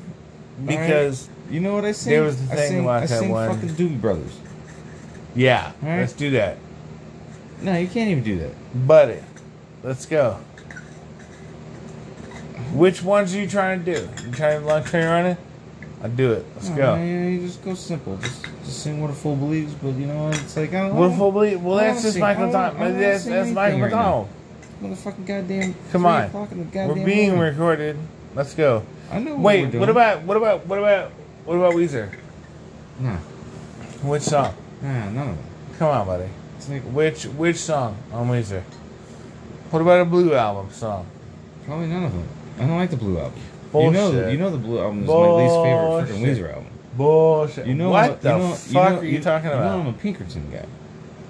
right. Because you know what I sing. There was the I thing sing, about I that sing one. fucking Doobie Brothers. yeah, All right. let's do that, No, you can't even do that. buddy. Let's go. Which ones are you trying to do? You trying to long train running? I'll do it. Let's No, go. man, you just go simple. Just, just sing what a fool believes. But you know what? It's like oh, I don't. What know. if we'll believe? Well, I that's wanna just see- Michael I Don. wanna- I but wanna That's see that's anything Michael right Donald. Motherfucking goddamn. Come three on. O'clock in the We're goddamn being morning. recorded. Let's go. I know. What Wait, we're doing. what about what about what about what about Weezer? Nah, Which song? nah, none of them. Come on, buddy. It's like Which which song on Weezer? What about a Blue album song? probably none of them. I don't like the Blue Album. You know, Bullshit. you know the Blue Album is my least favorite freaking Bullshit. Weezer album. Bullshit. You know what the you know, fuck you know, are you talking You know about? I'm a Pinkerton guy.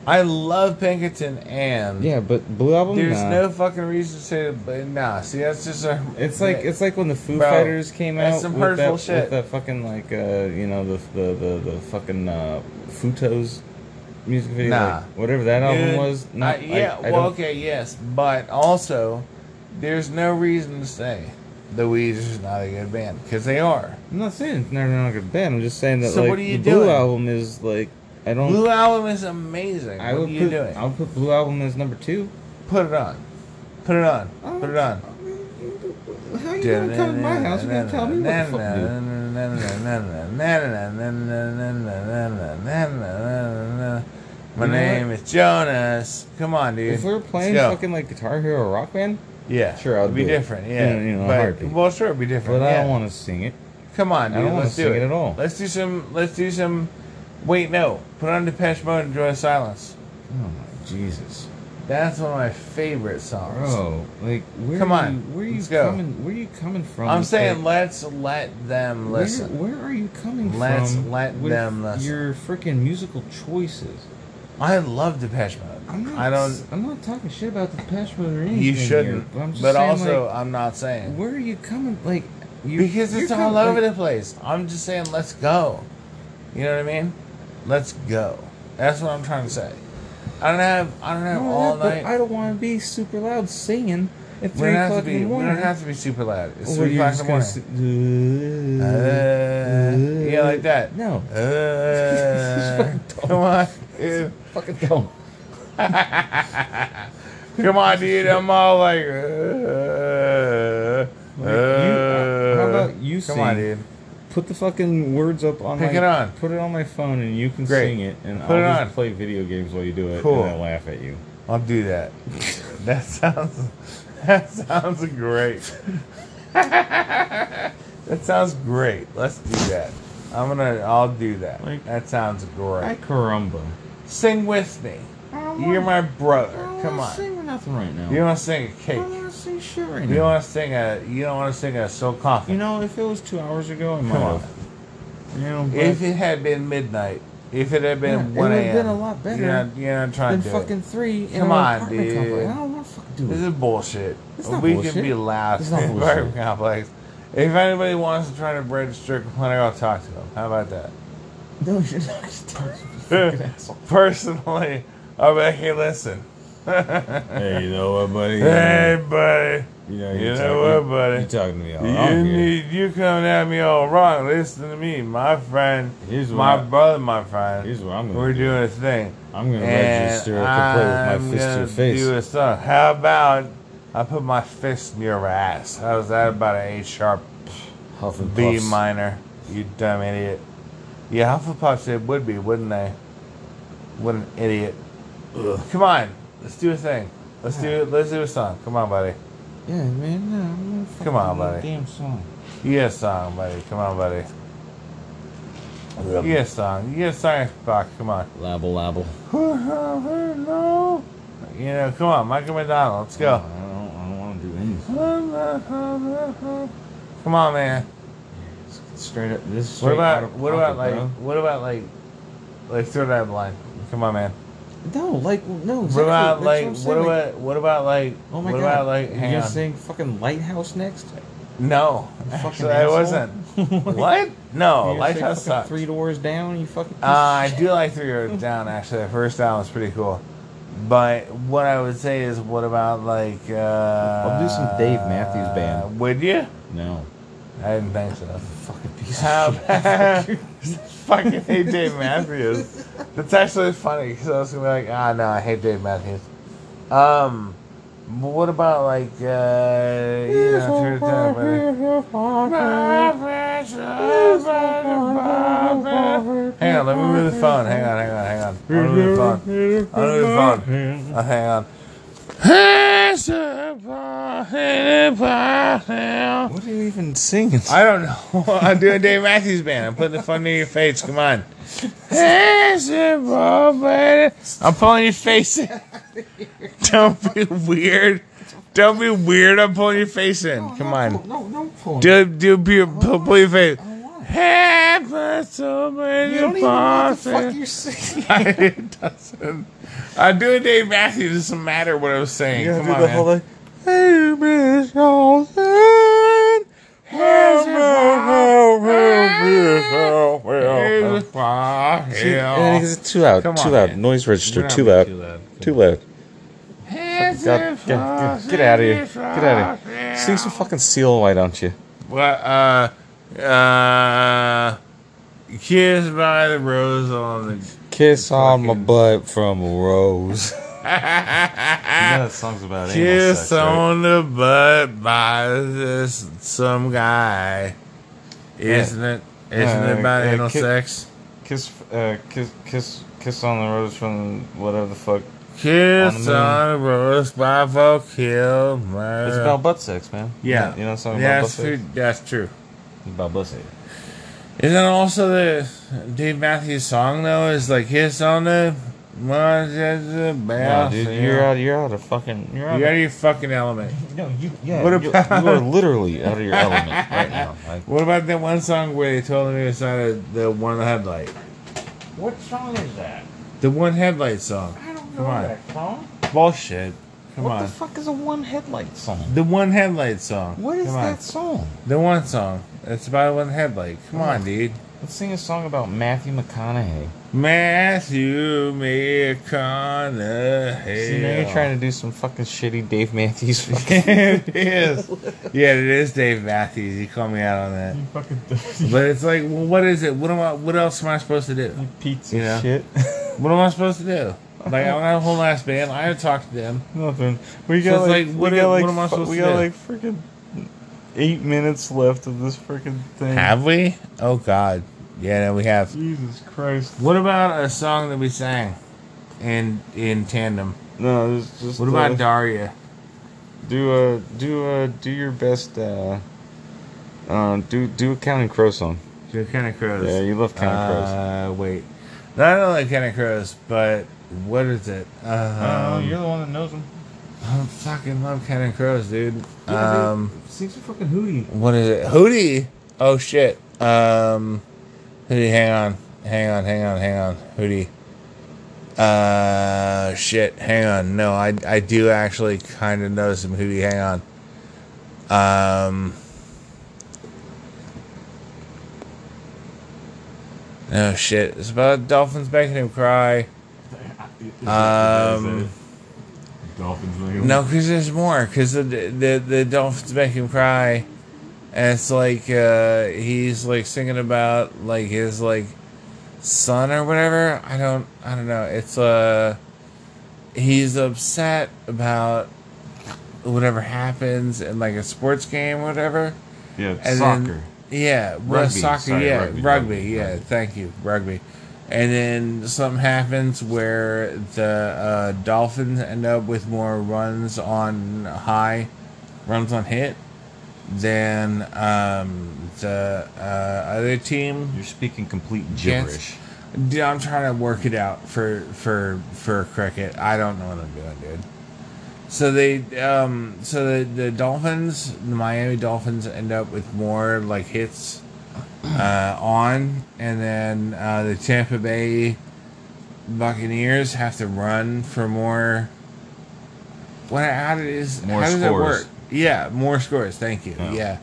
I love Pinkerton and Yeah, but Blue Album. there's nah. no fucking reason to say that, but nah. See, that's just a. It's like it's like when the Foo Bro, Fighters came that's out some with, that, hurtful with shit. that fucking like uh you know the the the, the fucking uh, Futos music video, Nah. like, whatever that album Dude, was. No, I- yeah, I, I well, don't- okay, yes, but also, there's no reason to say the Weezer's not a good band because they are. I'm not saying it's never not a good band. I'm just saying that So like what are you the Blue doing? album is like I don't. Blue Album is amazing. I what would are you put doing? I would put Blue album as number two. Put it on. Put it on. Put it on. How Oh, you gonna come to my house? You gonna tell me what the fuck to do? My name is Jonas. Come on, dude. If we were playing Let's go. fucking like Guitar Hero Rock Band, yeah, Sure, I'll it'd be do it. different. Yeah, You know, you know, But- heartbeat. well, sure, it'd be but different. I yeah. don't want to sing it. Come on, dude. I don't wanna let's do sing it. it at all. Let's do some. Let's do some. Wait, no. Put on Depeche Mode. Enjoy the silence. Oh my Jesus. That's one of my favorite songs. Bro, like where Come are on, you, where are you let's go. coming where are you coming from? I'm with saying that- let's let them where, listen. where are you coming Let's from? let with them listen. Your freaking musical choices. I love Depeche Mode. I'm not I don't. s- I'm not talking shit about the Depeche Mode or anything. You here, shouldn't. but I'm just but saying, also, like, I'm not saying where are you coming like you because you're it's coming- all over like, the place. I'm just saying, let's go. You know what I mean? Let's go. That's what I'm trying to say. I don't have. I don't have no, all but night. I don't want to be super loud singing at we three don't have o'clock to be. in the We morning. don't have to be super loud. It's Or three you're o'clock in just the gonna morning. Uh, sit- yeah, like that. No, Uh, come on, dude. fucking don't. come on, dude. I'm all like. Uh, Like, you- uh, how about you Come on, sing? dude. Put the fucking words up on Pick my, it on. Put it on my phone and you can Great. sing it and Put I'll it just on. play video games while you do it Cool. and I laugh at you. I'll do that. that sounds that sounds great. that sounds great. Let's do that. I'm gonna I'll do that. Like- that sounds great. Hi caramba. sing with me. You're my brother. Come on. Sing nothing right now. You don't want to sing a I cake. don't want to sing shit right You don't now. want to sing a you don't want to sing a so You coffee. know, if it was two hours ago, I might on. have. You know, but If it had been midnight, if it had Yeah, it been would've one a.m., been a lot better You're not, you're not trying then to do it. fucking three in Come an on, apartment dude. complex. I don't want to fucking do This it. is bullshit. It's not we bullshit. can be loud It's not in bullshit. apartment complex. If anybody wants to try to register a complaint, I'll talk to them. How about that? No, you're not. Personally, I'll be like, hey, listen. hey, you know what, buddy? Hey, buddy. you know, you know what, buddy? You talking to me all You wrong here. need you coming at me all wrong. Listen to me, my friend, Here's what my I- brother, my friend. Here's what I'm gonna We're do. doing a thing. I'm gonna And register a complaint I'm with my fist to your gonna face. Do a song. How about I put my fist in your ass? How's that about an A sharp Huff and B puffs. minor? You dumb idiot. Yeah, Hufflepuffs it would be, wouldn't they? What an idiot. Come on, let's do a thing. Let's do let's do a song. Come on, buddy. Yeah, man. No, I'm gonna fucking Come on, do that buddy. Damn song. Yes, song, buddy. Come on, buddy. Yes, song. Yes, song. Fuck, come on. Labble, labble. No. You know, come on, Michael McDonald. Let's go. Oh. I don't, I don't want to do anything. Come on, man. Straight up. This is straight What about out of what pocket, about like bro. what about like like third eye blind? Come on, man. No, like no. What Exactly. about That's like I'm what saying, like- about what about like Oh my what god! about like hang You're on. saying fucking lighthouse next? No, fucking actually, I asshole. wasn't. what? You're No, gonna say Lighthouse fucking sucks. Three doors down. You fucking. piece of Uh, I shit. do like Three Roads Down, actually. The first album was pretty cool. But what I would say is, what about, like, uh... I'll do some Dave Matthews Band. Would you? No. I didn't think so. Fucking piece How of shit. about... fucking hate Dave Matthews. That's actually funny, because I was going to be like, ah, no, I hate Dave Matthews. Um... But what about, like, uh... You know, Three Roads Down, buddy. Hang on, let me move the phone. Hang on, hang on, hang on. I'm gonna move the phone. I'm gonna move the phone. Oh, hang on. Uh, What are you even singing? I don't know. I'm doing Dave Matthews Band. I'm putting the phone near your face. Come on. I'm pulling your face in. Don't be weird. Don't be weird. I'm pulling your face in. Come on. No, no, pull. Do do be pull, pull your face. I want it. Have so many You don't even know what the fuck you're singing. it doesn't. Uh, doing Dave Matthews doesn't matter what I was saying. You gotta Come do on, the man. whole like, hey, Miss Johnson. Here's your ball. Well, Here's my And hill. it's too loud, Come too on, loud. man. Noise register, We're not too being loud. too loud. Too loud. Here's your God, get, ball. get, get out of here. Get out of here. Here's Sing some fucking seal, why don't you? What, uh, uh, Kiss by the Rose on the. Kiss on my butt from a rose. you know that song's about anal Kiss sex, right? on the butt by this some guy. Isn't it? Isn't Yeah, it about yeah, anal ki- sex? Kiss, uh, kiss, kiss, kiss on the rose from whatever the fuck. Kiss On the moon. on the rose by Val Kilmer. It's about butt sex, man. yeah. You know, something yeah, about butt that's true. sex. That's true. It's about butt sex. And then also the Dave Matthews song though is like Kiss on the Yeah, yeah, dude, you're out. You're out of fucking. You're out. You're out Of, of your fucking element. no, you. Yeah. What you- about- you are literally out of your element right now. Like, What about that one song where they told me it's not a, the one headlight? what song is that? The one headlight song. I don't know on. that song. Bullshit. Come what on. the fuck is a one headlight song? The one headlight song. What is Come that On. song? The one song. It's about one headlight. Come on, dude. Let's sing a song about Matthew McConaughey. Matthew Oh. See, now McConaughey. you're trying to do some fucking shitty Dave Matthews fucking. it is. Yeah, it is Dave Matthews. You called me out on that. fucking But it's like, well, what is it? What am I? What else am I supposed to do? pizza You know? shit. What am I supposed to do? Like, I don't have a whole last band. I haven't talked to them. Nothing. We So got it's like, like, we what got am- like what am I fu- supposed we to got do? like freaking eight minutes left of this freaking thing. Have we? Oh God. Yeah, no, we have. Jesus Christ. What about a song that we sang in in tandem? No, it's just. What about uh, Daria? do a do a do your best? Uh, uh, do do a Counting Crow song. You're kind of crows. Yeah, you love Counting Crows. Uh, wait. Not only kind of crows, but what is it? Um, the one that knows them. I fucking love kind of crows, dude. Um, sing some fucking hootie. what is it? Hootie. Oh shit. Um, Hootie, hang on, hang on, hang on, hang on, Hootie. Uh, shit. Hang on. No, I I do actually kind of know some Hootie. Hang on. Um. Oh shit! It's about dolphins making him cry. Um, Dolphins. No, because there's more. Because the, the the dolphins make him cry, and it's like uh, he's like singing about like his like son or whatever. I don't I don't know. It's uh he's upset about whatever happens in like a sports game or whatever. Yeah, And soccer. Then, yeah, well, Rugby, soccer. sorry, yeah, rugby, rugby. rugby, yeah, rugby. thank you, rugby. And then something happens where the uh, Dolphins end up with more runs on high, runs on hit, than um, the uh, other team. You're speaking complete Yes. gibberish. Dude, I'm trying to work it out for for for cricket. I don't know what I'm doing, dude. So they um so the, the Dolphins, the Miami Dolphins end up with more like hits uh, on and then uh, the Tampa Bay Buccaneers have to run for more what how does More how does that scores. work? Yeah, more scores. Thank you. Yeah. Yeah.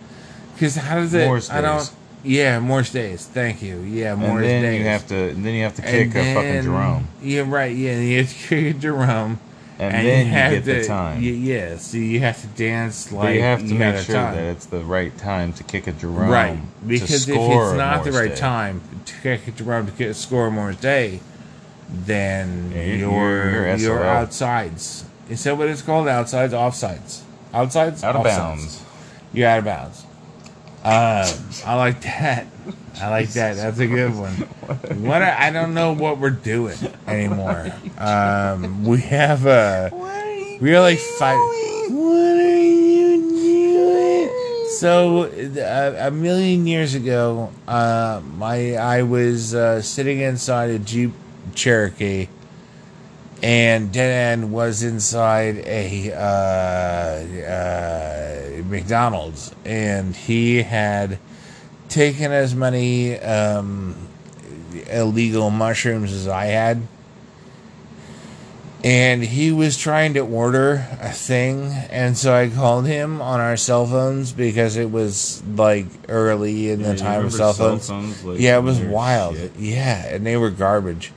Cuz how does it More I stays. don't yeah, more stays. Thank you. Yeah, more and then stays. you have to and then you have to And kick a fucking then- Jerome. Yeah, right. Yeah, and you have to kick a Jerome. And, then you, have get the to- time. y- yeah, so you have to dance like but you have to make got a sure time. that it's the right time to kick a Jerome. right to because if score it's not more the right stay. time to kick a Jerome to get score more day, then Yeah, you're you're- you're, you're SRL. outsides. Is that what it's called? Outsides, offsides, outsides, out of Offsides. bounds. You're out of bounds. Um, I like that. I like that. That's a good one. What I I don't know what we're doing anymore. Um, we have a we are like five. What are you doing? So uh, a million years ago, uh, my I was uh, sitting inside a Jeep Cherokee, and Dead End was inside a uh, uh, McDonald's, and he had taken as many um, illegal mushrooms as I had. and he was trying to order a thing and so i called him on our cell phones because it was like early in Yeah, the you time remember of cell phones like, yeah it was they're wild shit. yeah and they were garbage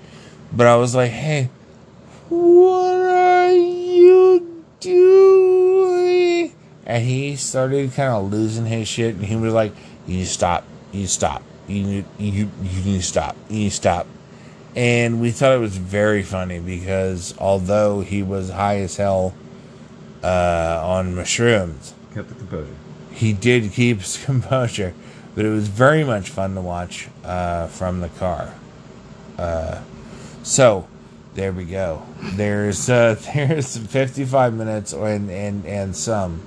but i was like hey what are you doing and he started kind of losing his shit and he was like you need to stop you need to stop you need, you, you need to stop you need to stop and we thought it was very funny because although he was high as hell uh, on mushrooms, Kept the composure. he did keep his composure. But it was very much fun to watch uh, from the car. Uh, so there we go. There's uh, there's 55 minutes and and and some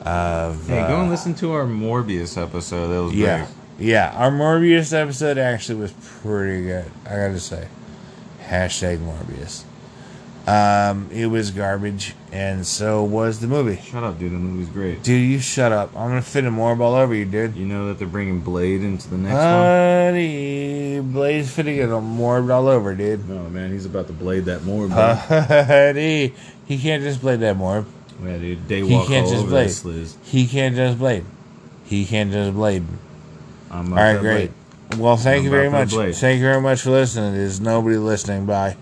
of Hey, go uh, and listen to our Morbius episode. That was yeah. great. Yeah, our Morbius episode actually was pretty good. I gotta say, hashtag Morbius. Um, it was garbage, and so was the movie. Shut up, dude. The movie's great. Dude, you shut up! I'm gonna fit a Morb all over you, dude. You know that they're bringing Blade into the next Uh, Honey, Blade's fitting a Morb all over, dude. Uh, one. No, man, he's about to blade that more. Honey, he can't just blade that Morb. yeah, dude. Day He walk can't all just over blade. this, Liz. He can't just blade. He can't just blade. I'm All right, great. Well, thank I'm you very about much. that blade. Thank you very much for listening. There's nobody listening. Bye.